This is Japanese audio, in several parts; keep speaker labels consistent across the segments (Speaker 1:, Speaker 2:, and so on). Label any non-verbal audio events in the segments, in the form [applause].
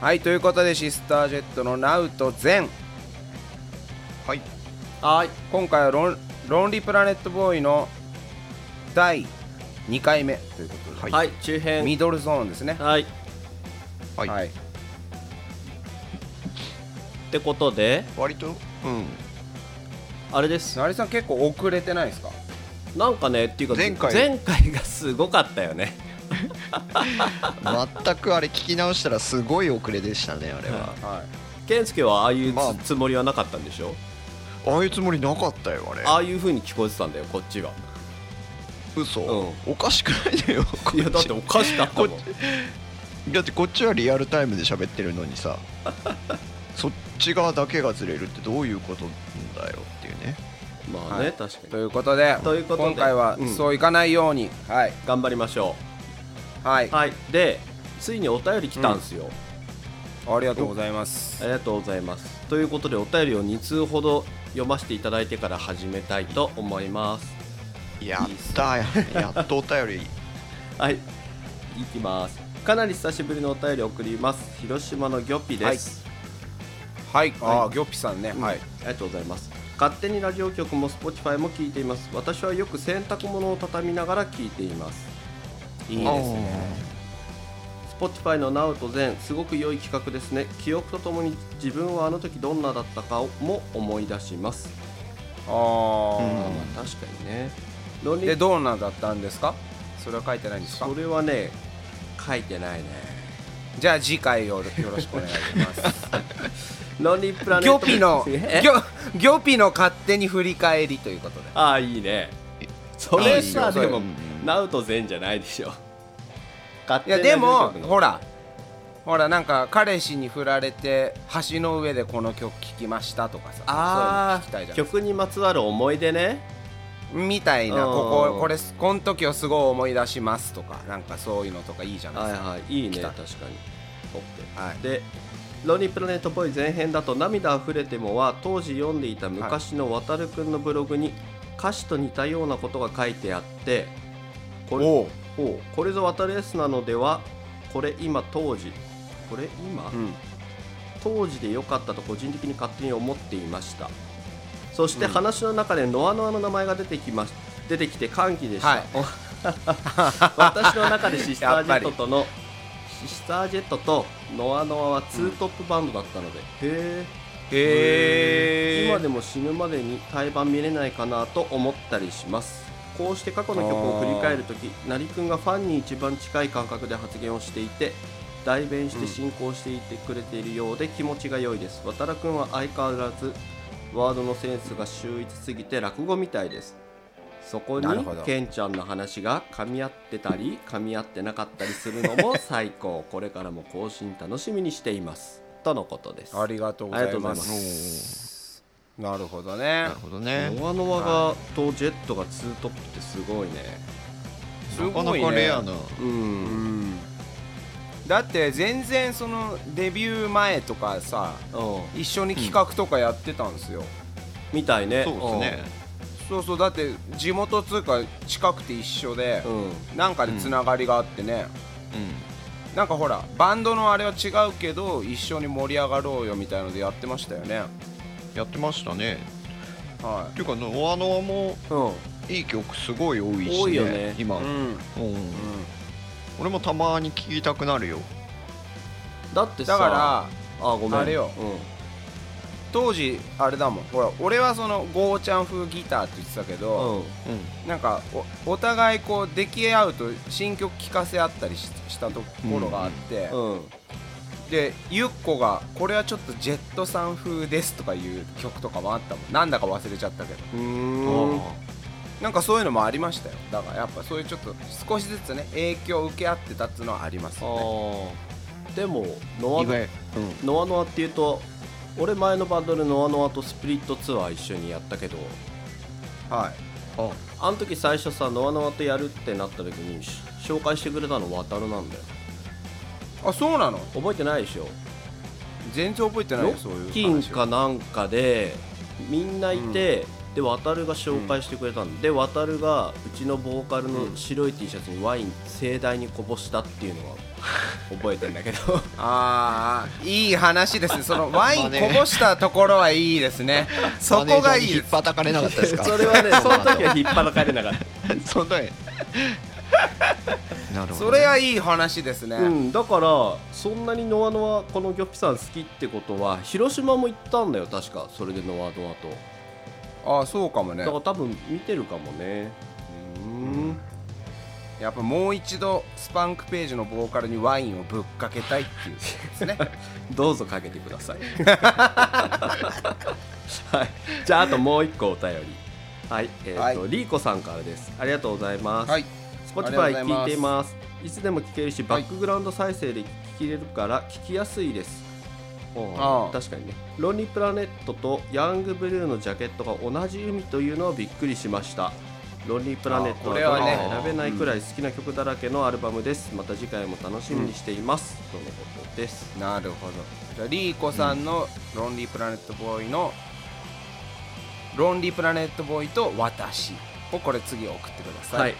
Speaker 1: はいということでシスタージェットのナウとゼン
Speaker 2: はい
Speaker 3: はい
Speaker 1: 今回はロン「ロンリープラネットボーイ」の第2回目ということで、
Speaker 2: はい
Speaker 3: はい中編
Speaker 1: ミドルゾーンですね
Speaker 3: はいっ
Speaker 2: はい、
Speaker 1: はい、
Speaker 3: てことで
Speaker 2: 割とうん
Speaker 3: あれです
Speaker 1: 成井さん結構遅れてないですか
Speaker 3: なんかねっていうか
Speaker 2: 前回
Speaker 3: 前回がすごかったよね
Speaker 2: 全くあれ聞き直したらすごい遅れでしたねあれ [laughs] は
Speaker 1: はい
Speaker 3: 健介はああいうつ,、
Speaker 2: まあ
Speaker 3: つもりはなかったんでしょ
Speaker 2: ああいうつもりなかったよあれ
Speaker 3: ああいう風に聞こえてたんだよこっちが
Speaker 2: 嘘、
Speaker 3: う
Speaker 2: おかしくないだよこっち
Speaker 3: いやだっておかしかったもん
Speaker 2: こだってこっちはリアルタイムで喋ってるのにさ [laughs] そっち側だけがずれるってどういうことだよっていうね
Speaker 3: まあね、
Speaker 1: はい
Speaker 3: 確か
Speaker 1: と
Speaker 3: に
Speaker 1: いうことで
Speaker 3: ということで
Speaker 1: 今回は
Speaker 3: うん
Speaker 1: そういかないように、はい
Speaker 3: 頑張りましょ
Speaker 1: はい、
Speaker 3: うはいでついにお便り来たんすよ、
Speaker 1: ありがとうございます
Speaker 3: ありがとうございますということでお便りを2通ほど読ませていただいてから始めたいと思います
Speaker 2: やったややっとお便り
Speaker 3: はいいきますかなり久しぶりのお便りを送ります広島のギョッピです、
Speaker 1: はいああギョッピさんね、はい
Speaker 3: ありがとうございます勝手にラジオ局も Spotify も聞いています私はよく洗濯物を畳みながら聞いていますいいですね Spotify の Now と Zen すごく良い企画ですね記憶とともに自分はあの時どんなだったかをも思い出します、
Speaker 1: あー
Speaker 3: あまあ確かにね論理
Speaker 1: でどうなんだったんですかそれは書いてないんですか
Speaker 3: それはね書いてないね
Speaker 1: じゃあ次回をよろしくお願いします
Speaker 3: ロンリープラネ
Speaker 1: ギ
Speaker 3: ッ
Speaker 1: ョ
Speaker 3: ト
Speaker 1: ピのギ
Speaker 3: え
Speaker 1: ョギョピの勝手に振り返りということで
Speaker 3: ああいいねそれさ
Speaker 1: いいよそれ
Speaker 3: でも
Speaker 2: うん
Speaker 3: ナウとゼンじゃないでしょ勝
Speaker 1: い
Speaker 3: 手
Speaker 1: や
Speaker 3: に
Speaker 1: でも
Speaker 3: ラジオ局の
Speaker 1: ほらほらなんか彼氏に振られて橋の上でこの曲聴きましたとかさ
Speaker 3: あ
Speaker 1: そういうの聞きたいじゃ
Speaker 3: あ
Speaker 1: ないです
Speaker 3: 曲にまつわる思い出ね
Speaker 1: かみたいな
Speaker 3: うん
Speaker 1: こここれこの時をすごい思い出しますとかなんかそういうのとかいいじゃない
Speaker 3: は
Speaker 1: で
Speaker 3: い
Speaker 1: すか
Speaker 3: はいいいね
Speaker 1: 来た
Speaker 3: 確かにオッケー
Speaker 1: はい
Speaker 3: で「ロニープラネットボーイ」前編だと「涙あふれても」は当時読んでいた昔の渡るくんのブログに歌詞と似たようなことが書いてあってこれ
Speaker 1: おう
Speaker 3: おうこれぞ渡る S なのではこれ今当時これ今、
Speaker 1: うん
Speaker 3: 当時で良かったと個人的に勝手に思っていましたそして話の中でノアノアの名前が出てきまし出てきて歓喜でした、
Speaker 1: はい
Speaker 3: [laughs] 私の中
Speaker 1: [laughs]
Speaker 3: でシスタ
Speaker 1: や
Speaker 3: ー
Speaker 1: っ
Speaker 3: ジェ
Speaker 1: ぱ
Speaker 3: ッ
Speaker 1: り
Speaker 3: トとのシスタージェットとノアノアはツートップバンドだったので、へえ
Speaker 1: へ
Speaker 3: 今でも死ぬまでに対バン見れないかなと思ったりしますこうして過去の曲を振り返るとき成くんがファンに一番近い感覚で発言をしていて代弁して進行していてくれているようで気持ちが良いです渡くんは相変わらずワードのセンスが秀逸すぎて落語みたいですそこに
Speaker 1: なるほど
Speaker 3: ケンちゃんの話が噛み合ってたり噛み合ってなかったりするのも最高これからも更新楽しみにしていますとのことです
Speaker 1: ありがとうご
Speaker 3: あ
Speaker 1: ざ
Speaker 3: りがと
Speaker 1: いうま
Speaker 3: ございます
Speaker 1: なるほどね
Speaker 2: なるほどね
Speaker 3: ノアノアがとジェットがツートップってすごいね。
Speaker 1: す
Speaker 2: なか
Speaker 1: ご
Speaker 2: ないか
Speaker 1: ね
Speaker 2: レアな
Speaker 3: う。
Speaker 1: うんんだって全然そのデビュー前とかさ一緒に企画とかやってたんですよ、
Speaker 3: みたいね。
Speaker 2: そうですね
Speaker 1: そうそうだって地元つうか近くて一緒で
Speaker 3: う、ん。うん。
Speaker 1: なんかでつながりがあってね、なんかほらバンドのあれは違うけど一緒に盛り上がろうよみたいのでやってましたよね
Speaker 2: うんやってましたね
Speaker 1: は
Speaker 2: っていうかノアノアも
Speaker 3: うん。
Speaker 2: いい曲すごい多いし、ね、
Speaker 3: 多いよね
Speaker 2: 今、
Speaker 1: い、
Speaker 2: うん
Speaker 1: ん
Speaker 2: 俺もたまに聴きたくなるよ
Speaker 3: だってさ。、
Speaker 1: だから
Speaker 3: あごめん。
Speaker 1: あれよ当時あれだもんほら俺はそのゴーちゃん風ギターって言ってたけ
Speaker 3: う
Speaker 1: ど、
Speaker 3: ん。うん。
Speaker 2: う
Speaker 1: なんかおお互いこう出来合うと新曲聴かせ合ったりししたところがあって、
Speaker 3: うん。
Speaker 1: でゆっこが「これはちょっとジェットさん風です」とかいう曲とかもあったもんなんだか忘れちゃったけど
Speaker 3: うー
Speaker 2: ん
Speaker 3: ん。
Speaker 1: なんかそういうのもありましたよだからやっぱそういうちょっと少しずつね影響を受け合ってたっていうのはあります
Speaker 3: あ
Speaker 1: よね
Speaker 3: ーでもノア
Speaker 2: 意
Speaker 3: ノ
Speaker 2: 外
Speaker 3: ノアノアっていうと、俺前のバンドでノアノアとスプリットツアー一緒にやったけど、
Speaker 1: はい
Speaker 2: あ
Speaker 3: あの時最初さノアノアとやるってなった時にし紹介してくれたの渡るなんだよ。
Speaker 1: あそうなの
Speaker 3: 覚えてないでしょ。
Speaker 1: 全然覚えてない
Speaker 3: ロ
Speaker 1: よそういう
Speaker 3: ッキン
Speaker 1: 話
Speaker 3: か
Speaker 1: は
Speaker 3: なんかでみんないて、で渡るが紹介してくれたんで、渡るがうちのボーカルの白い T シャツにワイン盛大にこぼしたっていうの [laughs] は覚えてんだけ [laughs] ど
Speaker 1: ああいい話ですねそ
Speaker 2: [laughs]
Speaker 1: のワインこぼしたところはいいですねそこがいい
Speaker 2: マネージャーに引
Speaker 1: で
Speaker 2: っ
Speaker 1: す
Speaker 2: 張たかれなかったですか
Speaker 3: それはね [laughs] その時は引っ張らかれなかっ
Speaker 2: [laughs] そんな
Speaker 3: [laughs]
Speaker 2: になるほどね、
Speaker 1: それはいい話ですね、
Speaker 3: た、うん、だからそんなにノアノアこのギョッピさん好きってことは広島も行ったんだよ確かそれでノアノアと
Speaker 1: ああそうかもね
Speaker 3: だから多分見てるかもねうん
Speaker 1: やっぱもう一度スパンクページのボーカルにワインをぶっかけたいっていうですね
Speaker 3: どうぞかけてください。 [laughs] はい、じゃああともう一個お便り。はい、えっ、と、
Speaker 1: は
Speaker 3: リーコさんからです。 [laughs] ありがとうございます。
Speaker 1: はい
Speaker 3: Spotify
Speaker 1: ありがとうございます
Speaker 3: 聞いています。いつでも聞けるし、
Speaker 1: は
Speaker 3: バ
Speaker 1: い
Speaker 3: ックグラウンド再生で聞きれるから聞きやすいです。
Speaker 1: あ
Speaker 3: あ
Speaker 1: あ
Speaker 3: 確かにね。ロンリープラネットとヤングブルーのジャケットが同じ海というのはびっくりしました。ロンリープラネット
Speaker 1: あ
Speaker 3: は
Speaker 1: これは
Speaker 2: ね
Speaker 3: どれも選べないくらい好きな曲だらけのアルバムです。また次回も楽しみにしています。とのことです。
Speaker 1: なるほどじゃあリーコさんの「ロンリープラネットボーイ」の「ロンリープラネットボーイと私」をこれ次送ってくださ
Speaker 3: はいい。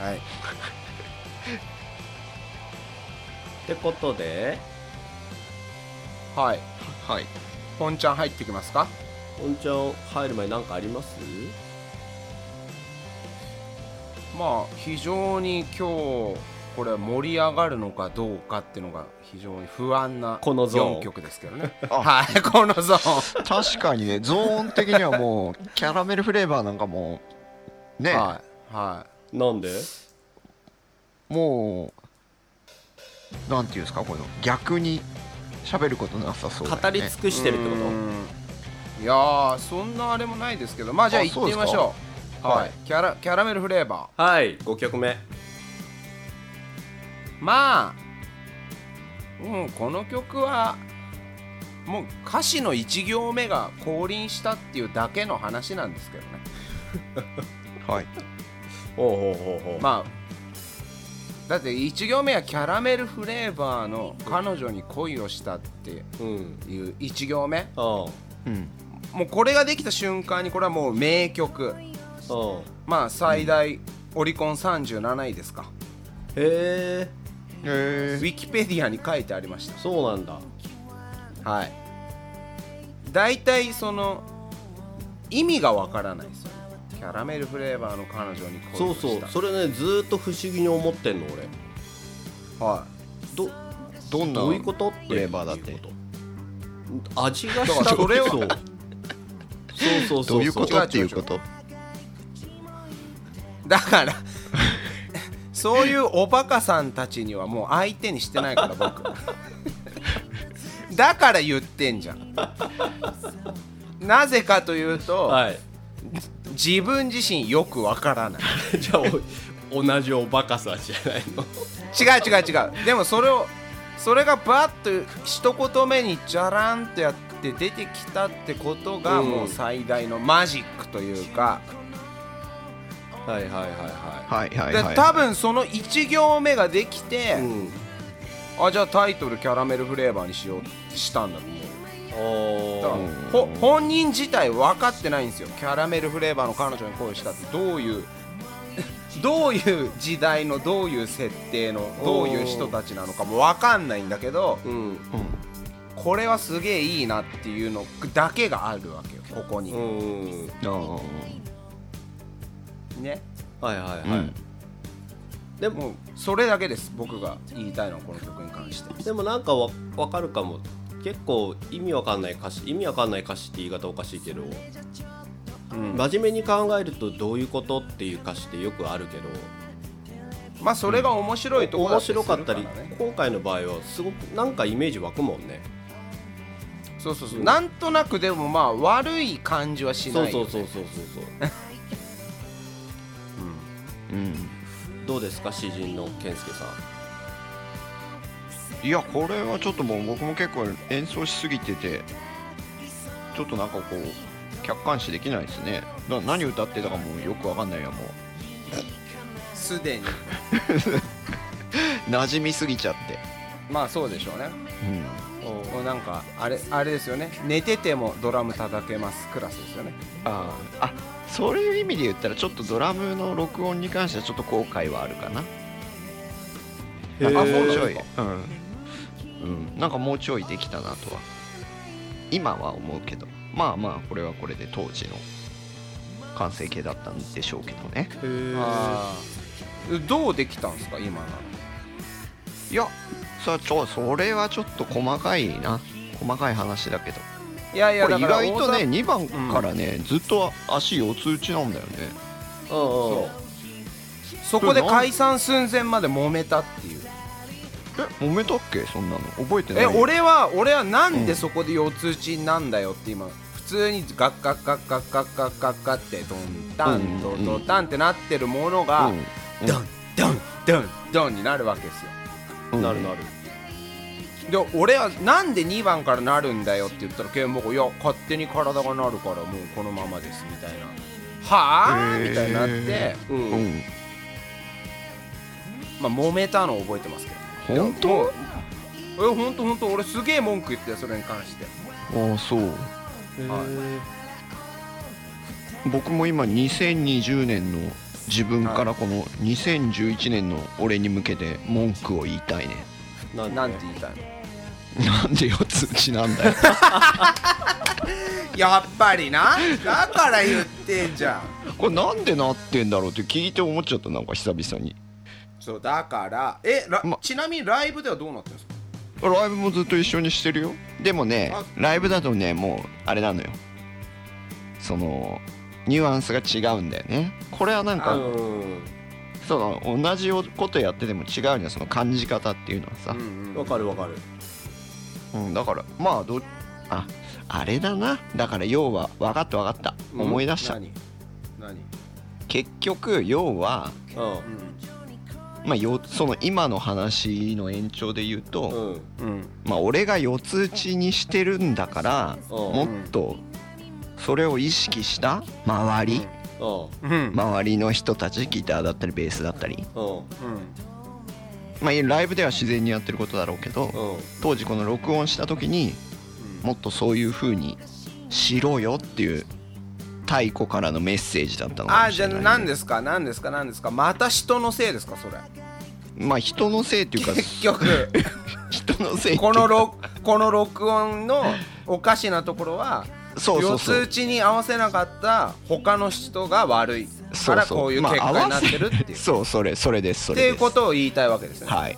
Speaker 1: はい、
Speaker 3: ってことで
Speaker 1: はい
Speaker 2: はい
Speaker 1: 本ちゃん入ってきますか
Speaker 3: 本ちゃん入る前何かあります
Speaker 1: まあ非常に今日これ盛り上がるのかどうかっていうのが非常に不安な
Speaker 3: このゾーン
Speaker 1: 4曲ですけどねはいこのゾー
Speaker 2: 確かにねゾーン的にはもうキャラメルフレーバーなんかもうね、
Speaker 1: ンはいはい
Speaker 3: なんで
Speaker 2: もうなんていうんですかこの逆に喋ることなさそうだよね
Speaker 3: 語り尽くしてるってこ
Speaker 1: う
Speaker 3: と
Speaker 1: ーんいやーそんなあれもないですけどまあじゃあ
Speaker 2: あ
Speaker 1: 行ってみましょう
Speaker 2: か
Speaker 1: はい、
Speaker 2: はい
Speaker 1: キャラキャラメルフレーバー
Speaker 3: はい5曲目
Speaker 1: まあうんこの曲はもう歌詞の1行目が降臨したっていうだけの話なんですけどね
Speaker 2: はい
Speaker 3: ほうほうほうほう
Speaker 1: まあだって1行目はキャラメルフレーバーの彼女に恋をしたっていう
Speaker 3: うん
Speaker 1: 1行目
Speaker 3: あ
Speaker 2: うん
Speaker 1: もうこれができた瞬間にこれはもう名曲
Speaker 3: あああ
Speaker 1: まあ最大オリコン37位ですか、
Speaker 3: へえ
Speaker 2: え
Speaker 1: ウィキペディアに書いてありまし
Speaker 3: そうなんだ
Speaker 1: たはい大体その意味がわからないですよねキャラメルフレーバーの彼女に恋
Speaker 3: そ
Speaker 1: を
Speaker 3: う
Speaker 1: した
Speaker 3: そうそれねずーっと不思議に思ってんの俺
Speaker 1: は
Speaker 3: ど
Speaker 2: どんな
Speaker 3: どういうことって
Speaker 2: フレーバーだって
Speaker 3: いうこと味がした
Speaker 1: だからそれは
Speaker 3: そうそうそうそう
Speaker 2: どういうこ
Speaker 1: 違
Speaker 2: と
Speaker 1: う
Speaker 2: っていうこと
Speaker 1: いだから [laughs] そういうおバカさんたちにはもう相手にしてないから僕だから言ってんじゃ
Speaker 3: [laughs]
Speaker 1: んなぜかというと、
Speaker 3: はい [laughs]
Speaker 1: 自分自身よくわからない
Speaker 3: じゃあお同じおバカさじゃないの
Speaker 1: 違う違う違うでもそれをそれがバッと一言目にじゃらんとやって出てきたってことが
Speaker 3: うん
Speaker 1: もう最大のマジックというか、
Speaker 3: はいはいはいは
Speaker 2: はいはい
Speaker 1: で
Speaker 2: はい
Speaker 1: 多分その1行目ができて、
Speaker 3: いうん
Speaker 1: あじゃあタイトル「キャラメルフレーバー」にしようってしたんだと思うだから
Speaker 3: おー
Speaker 1: ほ本人自体分かってないんですよキャラメルフレーバーの彼女に恋したってどういう [laughs] どういう時代のどういう設定のどういう人たちなのかも分かんないんだけど、
Speaker 3: うん
Speaker 1: これはすげえいいなっていうのだけがあるわけよここに、
Speaker 3: うん
Speaker 2: うんあ
Speaker 1: ね
Speaker 3: はいはいはい、
Speaker 2: ーうん
Speaker 3: でも
Speaker 1: もうそれだけです僕が言いたいのはこの曲に関して
Speaker 3: でもなんかわわかるかも結構意味わかんない歌詞意味わかんない歌詞って言い方おかしいけど、
Speaker 1: ん
Speaker 3: 真面目に考えるとどういうことっていう歌詞ってよくあるけど
Speaker 1: まあそれが面白いところだ
Speaker 3: 面
Speaker 1: ったり
Speaker 3: 白かったり、
Speaker 1: するらね
Speaker 3: 今回の場合はすごくなんかイメージ湧くもんね
Speaker 1: そうそうそうなんとなくでもまあ悪い感じはし
Speaker 3: そ
Speaker 1: な
Speaker 3: う
Speaker 1: い
Speaker 3: そ
Speaker 1: よ
Speaker 3: うそうそうそうそう
Speaker 2: うん
Speaker 1: [laughs]
Speaker 3: どうですか詩人の健介さん
Speaker 2: いやこれはちょっともう僕も結構演奏しすぎててちょっとなんかこう客観視できないですねな何歌ってたかもうよくわかんないやもう
Speaker 1: すでに
Speaker 2: 馴染みすぎちゃって
Speaker 1: まあそうでしょうね
Speaker 2: うん
Speaker 1: もうなんかあれあれですよね寝ててもドラム叩けますクラスですよね
Speaker 2: あーあそういう意味で言ったらちょっとドラムの録音に関してはちょっと後悔はあるかな
Speaker 3: へー
Speaker 2: なんかもうちょい、うんうん、なんかもうちょいできたなとは今は思うけどまあまあこれはこれで当時の完成形だったんでしょうけどね
Speaker 3: へー
Speaker 1: あーどうできたんですか今
Speaker 2: いやさちょそれはちょっと細かいな細かい話だけど
Speaker 1: のいやいや
Speaker 2: これ
Speaker 1: だ
Speaker 2: 意
Speaker 1: から
Speaker 2: 外とね
Speaker 1: 大
Speaker 2: 2番からね、ずっと足四つ打ちなんだよね
Speaker 3: うんうん
Speaker 1: 阪そこで解散寸前まで揉めたっていう
Speaker 2: え揉めたっけそんなの覚えてない
Speaker 1: え俺は俺はなんでそこで四つ打ちなんだよって今普通にガッガッガッガッガッガッガッガッってドンタンドンドンタンってなってるものが
Speaker 2: うん
Speaker 1: ドンドンドンドンになるわけですよ
Speaker 2: うん
Speaker 3: なるなる
Speaker 1: で俺はなんで2番からなるんだよって言ったらケンボコいや勝手に体がなるからもうこのままですみたいなはあ
Speaker 2: へー
Speaker 1: みたいになって、
Speaker 3: う
Speaker 2: うんん
Speaker 1: まあ、揉めたのを覚えてますけど
Speaker 2: 本当
Speaker 1: もうえ本当本当俺すげえ文句言ってたよそれに関して
Speaker 2: ああそう
Speaker 3: へー
Speaker 2: 僕も今2020年の自分からこの2011年の俺に向けて文句を言いたいね
Speaker 3: なん
Speaker 1: なん
Speaker 3: で
Speaker 1: て言いたいの
Speaker 2: なんで四つ打ちなんだよ
Speaker 1: やっぱりなだから言ってんじゃん
Speaker 2: これなんでなってんだろうって聞いて思っちゃったなんか久々に
Speaker 1: そうだからえら
Speaker 2: ま
Speaker 1: ちなみにライブではどうなってるんですか
Speaker 2: ライブもずっと一緒にしてるよでもね
Speaker 1: あ
Speaker 2: ライブだとねもうあれなのよそのニュアンスが違うんだよねこれはなん
Speaker 3: う
Speaker 2: か
Speaker 3: ん
Speaker 2: その同じことやってても違うにはその感じ方っていうのはさ、
Speaker 1: ん
Speaker 3: わかるわかる
Speaker 2: うん、だからまあどああれだなだから要は分かった分かった思い出した
Speaker 1: 何何、
Speaker 2: 結局要は、まあ、よその今の話の延長で言う
Speaker 3: う
Speaker 2: と、
Speaker 3: んうん
Speaker 1: うんうん
Speaker 2: まあ、俺が四つ打ちにしてるんだからも
Speaker 3: う
Speaker 2: っとそれを意識した周り
Speaker 3: ん
Speaker 1: うん
Speaker 2: 周りの人たちギターだったりベースだったり、
Speaker 3: うん
Speaker 2: まあ、ライブでは自然にやってることだろうけ
Speaker 3: う
Speaker 2: ど
Speaker 3: ん
Speaker 2: 当時この録音した時にもっとそういう風にしろよっていう太古からのメッセージだったのか
Speaker 1: あ
Speaker 2: もし
Speaker 1: じゃ
Speaker 2: れ
Speaker 1: あ
Speaker 2: ないね
Speaker 1: 何ですか何ですか何ですかまた人のせいですかそれ
Speaker 2: まあ人のせいってい
Speaker 1: [laughs]
Speaker 2: うか
Speaker 1: 結
Speaker 2: [laughs]
Speaker 1: 局
Speaker 2: 人のせいっていうか
Speaker 1: このろこの録音のおかしなところは
Speaker 2: そうそうそ
Speaker 1: 四つ打
Speaker 2: う
Speaker 1: ちに合わせなかった他の人が悪い
Speaker 2: そ
Speaker 1: か
Speaker 2: う
Speaker 1: ら
Speaker 2: そう
Speaker 1: こういう結
Speaker 2: まあ
Speaker 1: 果になってるっていう、
Speaker 2: 合わせそうそれそれですそ
Speaker 1: ってい
Speaker 2: れ
Speaker 1: う
Speaker 2: です
Speaker 1: ことを言いたいわけですね、
Speaker 2: はい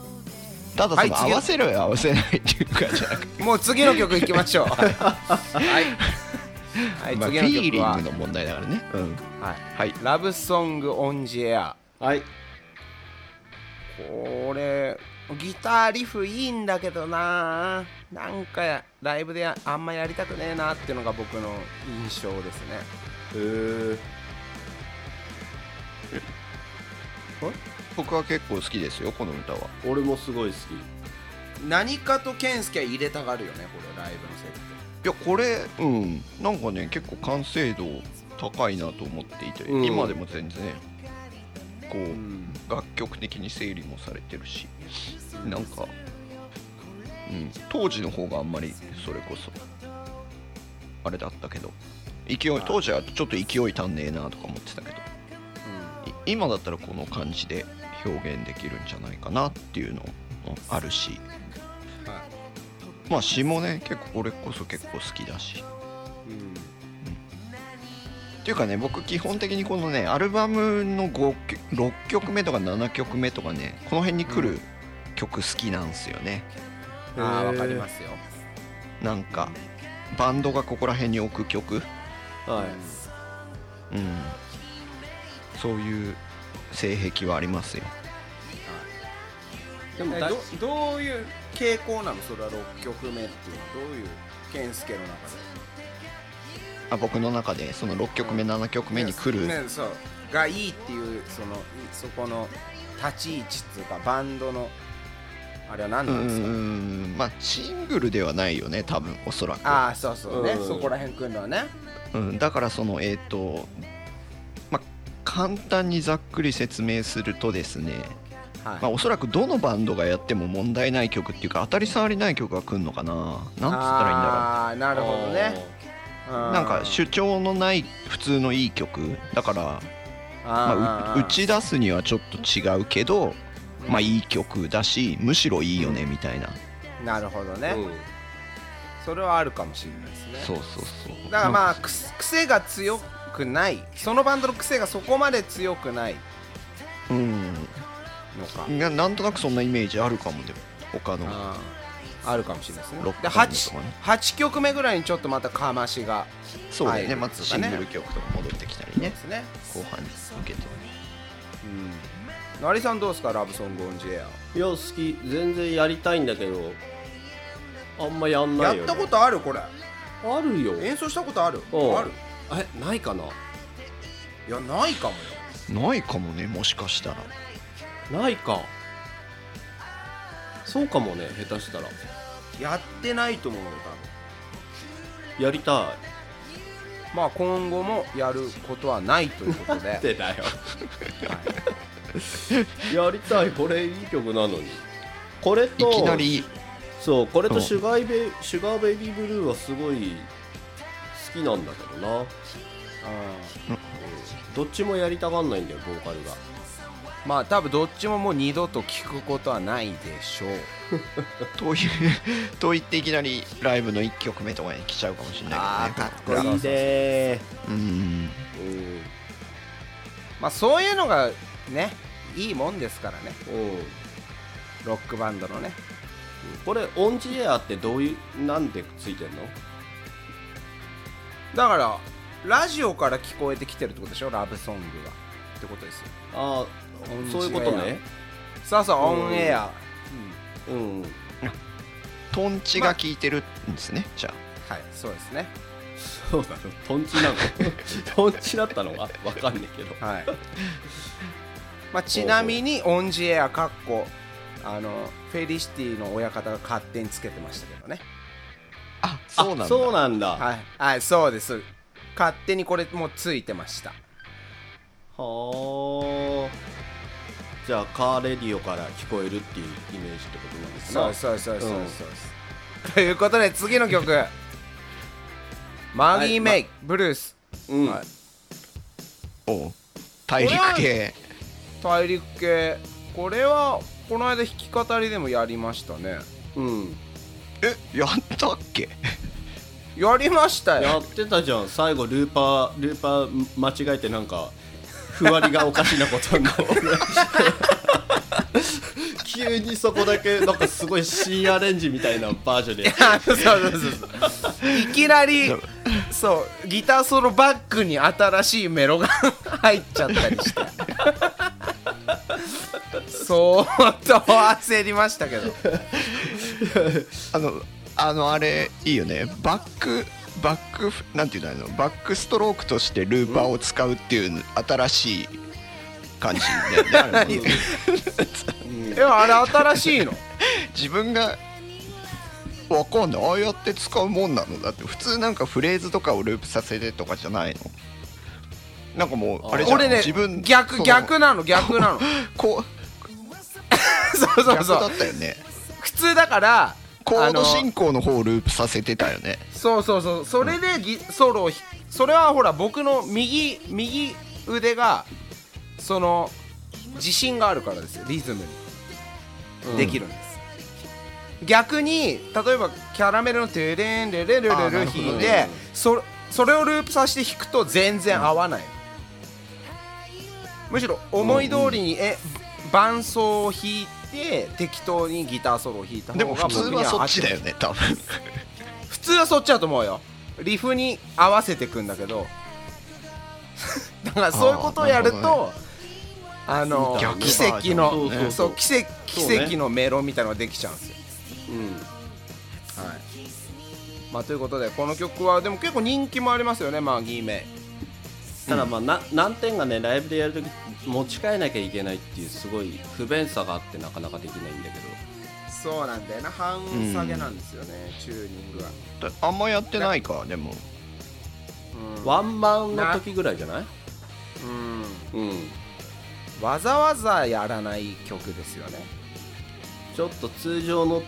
Speaker 2: ただ
Speaker 1: は
Speaker 2: そ
Speaker 1: い
Speaker 2: の
Speaker 1: 次
Speaker 2: 合わせろよ合わせないっていうかじゃなくて
Speaker 1: もう次の曲いきましょうはい、はい、
Speaker 2: ま
Speaker 1: 次の
Speaker 2: あフィー
Speaker 1: 曲
Speaker 2: リ
Speaker 1: は、
Speaker 2: ングの問題だからねうん
Speaker 1: はい、
Speaker 2: はい
Speaker 1: ラブソングオンジエア
Speaker 3: はい
Speaker 1: これギターリフいいんだけどななんかライブでやあんまやりたくねえなっていうのが僕の印象ですね
Speaker 3: へー
Speaker 2: 僕は結構好きですよこの歌は
Speaker 3: 俺もすごい好
Speaker 1: 何かと健介は入れたがるよねこれライブのセッ
Speaker 2: いやこれうんなんかね結構完成度高いなと思っていて、
Speaker 3: うん
Speaker 2: 今でも全然こう、
Speaker 1: トうん
Speaker 2: 楽曲的に整理もされてるしなんか、うん、当時の方があんまりそれこそあれだったけど勢い当時はちょっと勢い足んねえなとか思ってたけどい今だったらこの感じで表現できるんじゃないかなっていうのもあるし
Speaker 1: は
Speaker 2: まあ詩もね結構俺こそ結構好きだし
Speaker 1: いうん
Speaker 2: っていうかね僕基本的にこのねアルバムの5 6曲目とか7曲目とかねこの辺に来
Speaker 1: う
Speaker 2: る曲好きなんですよね、
Speaker 3: き
Speaker 1: ああわかりますすよ
Speaker 2: なんかバンドがここら辺に置く曲、
Speaker 3: はい
Speaker 2: うん、そういう性癖はありますよ
Speaker 3: でも
Speaker 1: え
Speaker 3: だ
Speaker 1: どどういう傾向なのそれは6曲目っていうのはどういう健介の中
Speaker 2: あ僕の中でその6曲目7曲
Speaker 1: で
Speaker 2: 目に来る、
Speaker 1: ねねそうがいいっていうそのいそこの立ち位置っていうかバンドのあれは何
Speaker 2: う
Speaker 1: なんですか、
Speaker 2: んまあシングルではないよね多分おそらく、
Speaker 1: ああそうそうね、
Speaker 3: うん
Speaker 1: そこら辺来るのはね
Speaker 2: うん、だからそのえっ、とまあ簡単にざっくり説明するとですね
Speaker 1: はい
Speaker 2: まあ、おそらくどのバンドがやっても問題ない曲っていうか当たり障りない曲が来るのかななんつったら
Speaker 1: あーなるほどね
Speaker 2: いいんだろ
Speaker 1: な
Speaker 2: うなんか主張のない普通のいい曲だからまあ、う打ち出すにはちょっと違うけど、まあ、いい曲だしむしろいいよねみたいな、
Speaker 1: なるほど
Speaker 3: あ
Speaker 1: ね、
Speaker 3: ーうん
Speaker 1: それはあるかもしれないですね
Speaker 2: そうそうそう
Speaker 1: だからまあ
Speaker 2: なん
Speaker 1: くす癖が強くないそのバンドの癖がそこまで強くないのか
Speaker 2: うんななんとなくそんなイメージあるかもでも他の
Speaker 1: あーあるかもしれないですね
Speaker 2: ロック
Speaker 1: で
Speaker 2: バンドと
Speaker 1: 8,
Speaker 2: かね
Speaker 1: 8曲目ぐらいにちょっとまたかましが
Speaker 2: そうだよ
Speaker 1: は
Speaker 2: ね
Speaker 1: い
Speaker 2: まずシングル曲とか戻ってきたりね
Speaker 1: ですね
Speaker 2: 後半に向けて
Speaker 1: うん成井さんどうですかラブソングオンジエア
Speaker 3: いや好き全然やりたいんだけどあんまやんな
Speaker 1: や
Speaker 3: いよ、ね、
Speaker 1: ったことあるこれ
Speaker 3: あるよ
Speaker 1: 演奏したことある
Speaker 3: うん
Speaker 1: ある
Speaker 3: えないかない
Speaker 1: やないかもよ
Speaker 2: ないかもねもしかしたら
Speaker 3: ないかそうかもね下手したら
Speaker 1: やってないと思うよ
Speaker 3: やり
Speaker 1: 多
Speaker 3: た
Speaker 1: 分まあ今後もやることはないということ
Speaker 3: [laughs] い
Speaker 1: で
Speaker 3: だよやりたいこれいい曲なのにこれ
Speaker 2: い
Speaker 3: と
Speaker 2: きなり
Speaker 3: そうこれ
Speaker 2: う
Speaker 3: と
Speaker 2: ん
Speaker 3: シュガーベイ「シュガーベイビーブルー」はすごい好きなんだけどな、うんどっちもやりたがんないんだよボーカルが
Speaker 1: まあ多分どっちももう二度と聞くことはないでしょう
Speaker 2: という [laughs] と言っていきなりライブの1曲目とかに来ちゃうかもしれないけどね
Speaker 1: こいい
Speaker 3: で
Speaker 2: うん
Speaker 3: うん
Speaker 1: まあそういうのがねいいもんですからね
Speaker 3: うん
Speaker 1: ロックバンドのね
Speaker 3: これオンジエアってどういうなんでついてんの
Speaker 1: だからラジオから聞こえてきてるってことでしょラブソングがってことですよ
Speaker 3: ああ
Speaker 1: オンジエア
Speaker 3: そういうことね
Speaker 1: さあさあオンエア、
Speaker 3: うん
Speaker 2: トンチが効いてるんですね、じゃあ
Speaker 1: はいそうですね
Speaker 3: そうなのトンチなの [laughs] トンチだったのかわかんないけど
Speaker 1: はい、まあ、ちなみにオンジエアかっこあのフェリシティの親方が勝手につけてましたけどね
Speaker 2: あそうなんだ
Speaker 3: あそうなんだは
Speaker 1: はい、はい、そうです勝手にこれもうついてました
Speaker 3: あじゃあカーレディオから聞こえるっていうイメージってことなんです
Speaker 1: そう
Speaker 3: な
Speaker 1: そうそうそうそう、
Speaker 3: うん
Speaker 1: ということで次の曲マギー・メイ、ブルース
Speaker 3: うん、
Speaker 1: はい
Speaker 2: おう大陸系
Speaker 1: 大陸系これはこの間弾き語りでもやりましたね
Speaker 3: うん
Speaker 2: えやったっけ [laughs]
Speaker 1: やりました
Speaker 3: や
Speaker 1: よ
Speaker 3: ってたじゃん最後ルーパールーパー間違えてなんかふわりがおかしなこ
Speaker 1: [laughs]
Speaker 3: とになって急にそこだけなんかすごい新アレンジみたいなバージョンで
Speaker 1: そうそうそうそういきなりそうギターソロバックに新しいメロが入っちゃったりして相当焦りましたけど
Speaker 2: あのあのあれいいよねバックバックなんていうんだろうバックストロークとしてルーパーを使うっていう新しい感じだ [laughs] よねあれも
Speaker 1: えあれ新しいの
Speaker 2: 自分がわかんないああやって使うもんなのだって普通なんかフレーズとかをループさせてとかじゃないのなんかもうあれじゃん
Speaker 1: 俺ね
Speaker 2: 自分そ
Speaker 1: 逆
Speaker 2: の
Speaker 1: 逆なの逆
Speaker 2: [laughs]
Speaker 1: なの
Speaker 2: こう
Speaker 1: そうそう
Speaker 2: 逆
Speaker 1: そ
Speaker 2: だ
Speaker 1: う
Speaker 2: ったよね
Speaker 1: 普通だから
Speaker 2: コード
Speaker 1: あの
Speaker 2: 進行の方をループさせてたよね
Speaker 1: そうそうそうそれでギソロをひそれはほら僕の右右腕がその自信があるからですよリズムにできるんです、逆に例えばキャラメルの「テレンレレレレ
Speaker 2: あーな
Speaker 1: レ」
Speaker 2: るほどね
Speaker 1: 弾いてそそれをループさせて弾くと全然合わない、むしろ思い通りに、え伴奏を弾いて適当にギターソロを弾いた
Speaker 2: で
Speaker 1: 方
Speaker 2: も
Speaker 1: が
Speaker 2: 普
Speaker 1: 僕
Speaker 2: 通
Speaker 1: には
Speaker 2: はそっち
Speaker 1: 合て
Speaker 2: だ
Speaker 1: る
Speaker 2: よね多分
Speaker 1: 普通はそっちだと思うよリフに合わせてくんだけど [laughs] だからそういうことをやる
Speaker 2: あーなる
Speaker 1: とあの
Speaker 2: 逆バージ
Speaker 1: 奇
Speaker 2: ョン
Speaker 1: 跡の
Speaker 3: そうそう
Speaker 1: そ
Speaker 3: そう
Speaker 1: う奇跡
Speaker 3: そ
Speaker 1: 奇
Speaker 3: うね
Speaker 1: 跡のメロみたいなのができちゃうんですよ、
Speaker 3: うん
Speaker 1: はいまあ、ということでこの曲はでも結構人気もありますよねマーギーメ
Speaker 3: ただまあな難点がねライブでやるとき持ち帰えなきゃいけないっていうすごい不便さがあってなかなかできないんだけど
Speaker 1: イそうなんだよな半
Speaker 2: 音下げなん
Speaker 1: ですよね、チューニングは
Speaker 2: あんまやってないかでも
Speaker 1: うん
Speaker 3: ワンマンの時ぐらいじゃない
Speaker 1: うん
Speaker 3: うん
Speaker 1: わざわざやらない曲ですよね
Speaker 3: ちょっと通常の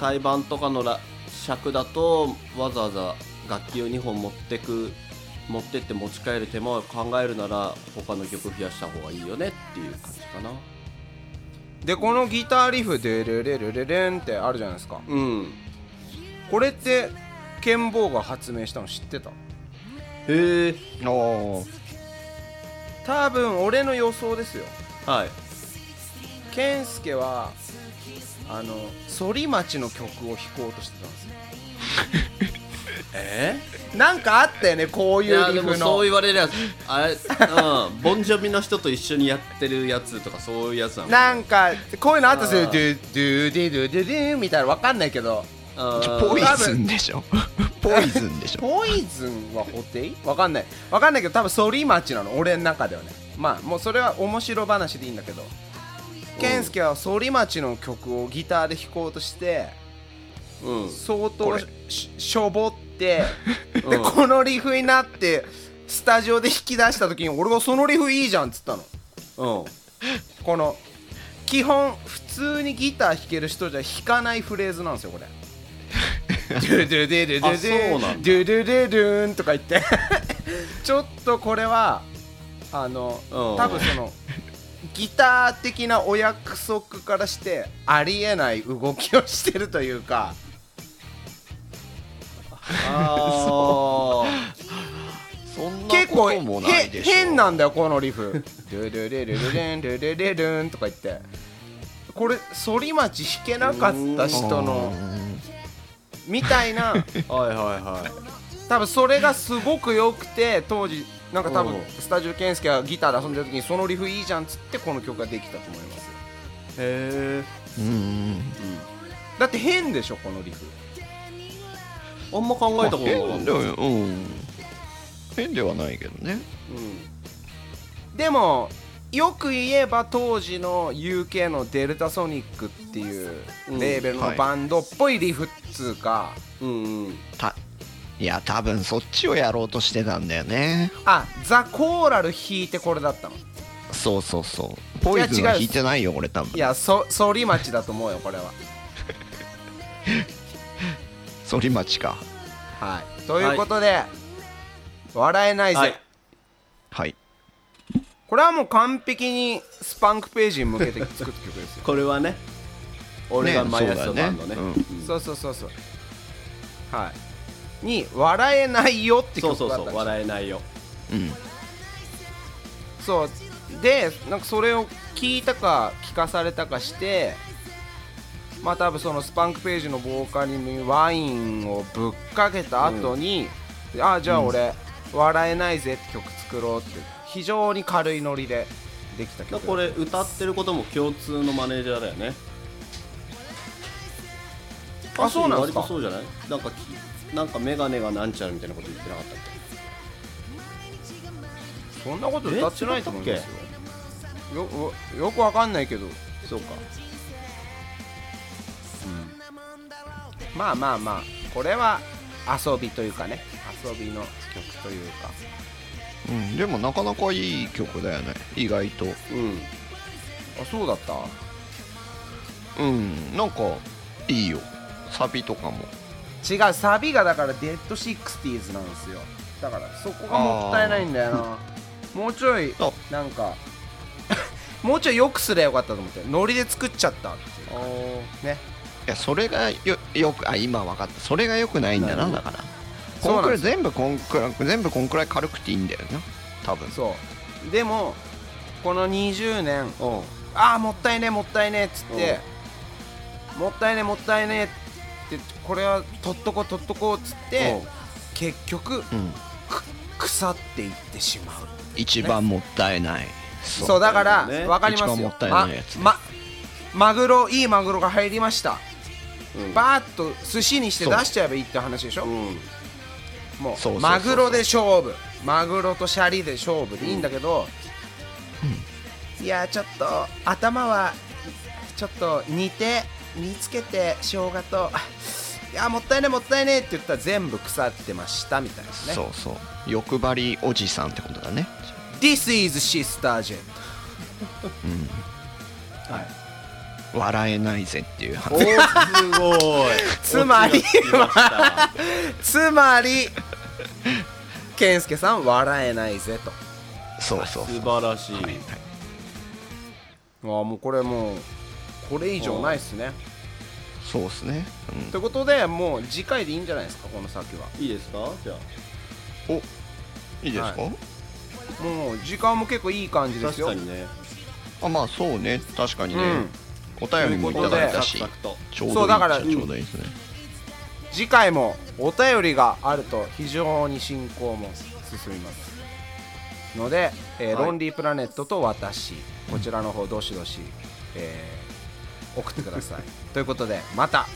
Speaker 3: 対バンとかのら尺だとわざわざ楽器を2本持ってく持ってって持ち帰る手間を考えるなら他の曲増やした方がいいよねっていう感じかな
Speaker 1: でこのギターリフ「デレレレレレン」ってあるじゃないですか
Speaker 3: うん
Speaker 1: これって剣坊が発明したの知ってた
Speaker 3: へえ
Speaker 2: あ
Speaker 1: 多分俺の予想ですよ
Speaker 3: はい
Speaker 1: 健介はあの反町の曲を弾こうとしてたんですよ
Speaker 3: え
Speaker 1: なんかあったよねこう
Speaker 3: い
Speaker 1: い
Speaker 3: や
Speaker 1: うリ
Speaker 3: でも
Speaker 1: フ
Speaker 3: そう
Speaker 1: の
Speaker 3: 言われるやつあれうんボンジョビの人と一緒にやってるやつとかそういうやつなの
Speaker 1: なんかこういうのあったんですよ
Speaker 3: あー
Speaker 1: ドゥドゥディドゥドゥディみたいなわかんないけど
Speaker 3: あ
Speaker 2: あ
Speaker 3: ー
Speaker 2: ポイズンでしょポイズンでしょ
Speaker 1: ポイズンはホテイわかんないわかんないけど多分ソリマチなの俺の中ではねまあもうそれは面白話でいいんだけど健介はソリマチの曲をギターで弾こうとして
Speaker 3: [laughs] うん
Speaker 1: 相
Speaker 2: こ
Speaker 1: 当
Speaker 2: れ
Speaker 1: しししょぼってで
Speaker 3: うん
Speaker 1: このリフになってスタジオで引き出した時に俺が「そのリフいいじゃん」っつったの
Speaker 3: うん
Speaker 1: この基本普通にギター弾ける人じゃ弾かないフレーズなんですよこれ。ドゥドゥドゥドゥド
Speaker 3: あそう
Speaker 1: ゥドゥ
Speaker 3: なんだ
Speaker 1: ンドゥドゥドゥドゥーンとか言ってちょっとこれはあの
Speaker 3: うん
Speaker 1: 多分そのギター的なお約束からしてありえない動きをしてるというか
Speaker 3: ああ
Speaker 2: [laughs] そんな
Speaker 1: 結
Speaker 2: こ
Speaker 1: 構
Speaker 2: ともない
Speaker 1: へ
Speaker 2: でしょ
Speaker 1: 変なんだよこのリフ「ドゥドゥドゥドゥドゥドゥンドゥドゥドゥドゥン」とか言ってこれ反町弾けなかった人のみたいな。
Speaker 3: はいはいはい
Speaker 1: 多分それがすごく良くて当時なんか多分
Speaker 3: うん
Speaker 1: スタジオ健介がギターで遊んでる時にそのリフいいじゃんっつってこの曲ができたと思いますよ
Speaker 3: へえ
Speaker 2: うーん
Speaker 1: だって変でしょこのリフ
Speaker 3: あんま考えたことなかっ
Speaker 2: 変
Speaker 3: た
Speaker 2: ではうん変ではないけどね
Speaker 1: でもよく言えば当時の UK のデルタソニックっていう
Speaker 3: うん
Speaker 1: レーベルのバンドっぽいリフっつうか、
Speaker 3: うんうん
Speaker 2: たいや多分そっちをやろうとしてたんだよね
Speaker 1: あザ・コーラル弾いてこれだったの
Speaker 2: そうそうそうポイズ
Speaker 1: い
Speaker 2: ン
Speaker 1: や違
Speaker 2: は
Speaker 1: う
Speaker 2: 弾いてないよ俺多
Speaker 1: い
Speaker 2: 分
Speaker 1: やそ反町だと思うよこれは
Speaker 2: 反町か
Speaker 1: はいということで、笑えないぜ、
Speaker 3: はい
Speaker 2: はい
Speaker 1: これはもう完璧にスパンクページに向けて作った曲ですよ
Speaker 3: これはね俺が
Speaker 2: ね
Speaker 3: マイナスのバンド
Speaker 2: そ
Speaker 3: ね
Speaker 2: うだよね
Speaker 3: [laughs] うん
Speaker 1: そうそうそうそうはいに「笑えないよ」って
Speaker 3: そう
Speaker 1: 曲
Speaker 3: そう
Speaker 1: があったん
Speaker 3: そ
Speaker 1: で
Speaker 3: う
Speaker 1: すよ
Speaker 3: 笑えないよ
Speaker 2: うん
Speaker 1: そうでなんかそれを聞いたか聞かされたかしてまあ多分そのスパンクページのボーカルにワインをぶっかけた後に、あじゃあ俺「笑えないぜ」って曲作ろうって非常に軽いノリでできた
Speaker 3: だ
Speaker 1: 曲
Speaker 3: これ歌ってることも共通のマネージャーだよね
Speaker 1: あそうなんですか
Speaker 3: 割とそうじゃないなんかきなんかメガネがなんちゃらみたいなこと言ってなかったっ
Speaker 1: そんなこと歌ってないと思いますよよよよくわかんないけど
Speaker 3: けそうか
Speaker 1: まあまあまあこれは遊びというかね遊びの曲というか
Speaker 2: うん、でもなかなかいい曲だよね意外と
Speaker 3: うん
Speaker 1: あそうだった
Speaker 2: うんなんかいいよサビとかも
Speaker 1: 違うサビがだからデッドシックスティーズなんですよだからそこがもったいないんだよなもうちょい
Speaker 2: あ
Speaker 1: なんか [laughs] もうちょい良くすりゃよかったと思ってノリで作っちゃったっていうね
Speaker 2: いやそれがよよくあ今分かったそれがよくないんだな
Speaker 3: な
Speaker 2: だから
Speaker 1: そうなん
Speaker 2: こ
Speaker 1: ん
Speaker 2: く
Speaker 1: で
Speaker 2: らい
Speaker 1: す
Speaker 2: 全部こんくらい全部こんくらい軽くていいんだよな多分
Speaker 1: そうでもこの20年
Speaker 3: うん
Speaker 1: ああもったいねえもったいねえっつってもったいねえもったいねえってこれは取っとこう取っとこうっつって結局
Speaker 2: うん
Speaker 1: く腐っていってしまう
Speaker 2: 一番もったいないそ
Speaker 1: そうだから
Speaker 3: ね
Speaker 1: 分かります
Speaker 2: 一番も
Speaker 1: よ
Speaker 2: ったいないやつね
Speaker 1: ままマグロいいマグロが入りました
Speaker 3: うん
Speaker 1: バーッと寿司にして
Speaker 2: そう
Speaker 1: 出しちゃえばいいって話でしょ
Speaker 3: うん
Speaker 1: も
Speaker 2: そうそうそうう
Speaker 1: マグロで勝負マグロとシャリで勝負でいいんだけど、いやちょっと頭はちょっと煮て煮つけて生姜といやもったいねもったいねって言ったら全部腐ってましたみたいですね
Speaker 2: そうそう欲張りおじさんってことだね
Speaker 1: This is Sister J はい
Speaker 2: 笑えないぜっていう話
Speaker 3: おーす
Speaker 1: [laughs] つ
Speaker 3: ごい
Speaker 1: まり
Speaker 3: オチがつきました
Speaker 1: つま
Speaker 2: [laughs]
Speaker 1: り健介さん笑えないぜと
Speaker 2: そうそうそう
Speaker 3: 素晴らしい、、
Speaker 2: はいはい
Speaker 1: ああもうこれもうこれ以上ないっすね
Speaker 2: そうですね、
Speaker 1: ということでもう次回でいいんじゃないですかこの先はい
Speaker 3: いですかじゃあ
Speaker 2: うんおいいですか、
Speaker 1: はもう時間も結構いい感じです
Speaker 3: 確
Speaker 1: よ
Speaker 3: かにね
Speaker 2: あまあそうね確かに
Speaker 1: う
Speaker 2: ね、
Speaker 1: ん、
Speaker 2: お便りもいただいたし
Speaker 3: サクサクと
Speaker 2: ちょうどいい
Speaker 1: そうだから
Speaker 2: ちょうどいいですね、
Speaker 1: 次回もお便りがあると非常に進行も進みますので、えー
Speaker 3: はい
Speaker 1: ロンリープラネットと私
Speaker 3: [laughs]
Speaker 1: こちらの方どしどし、えー送ってくださいということでまた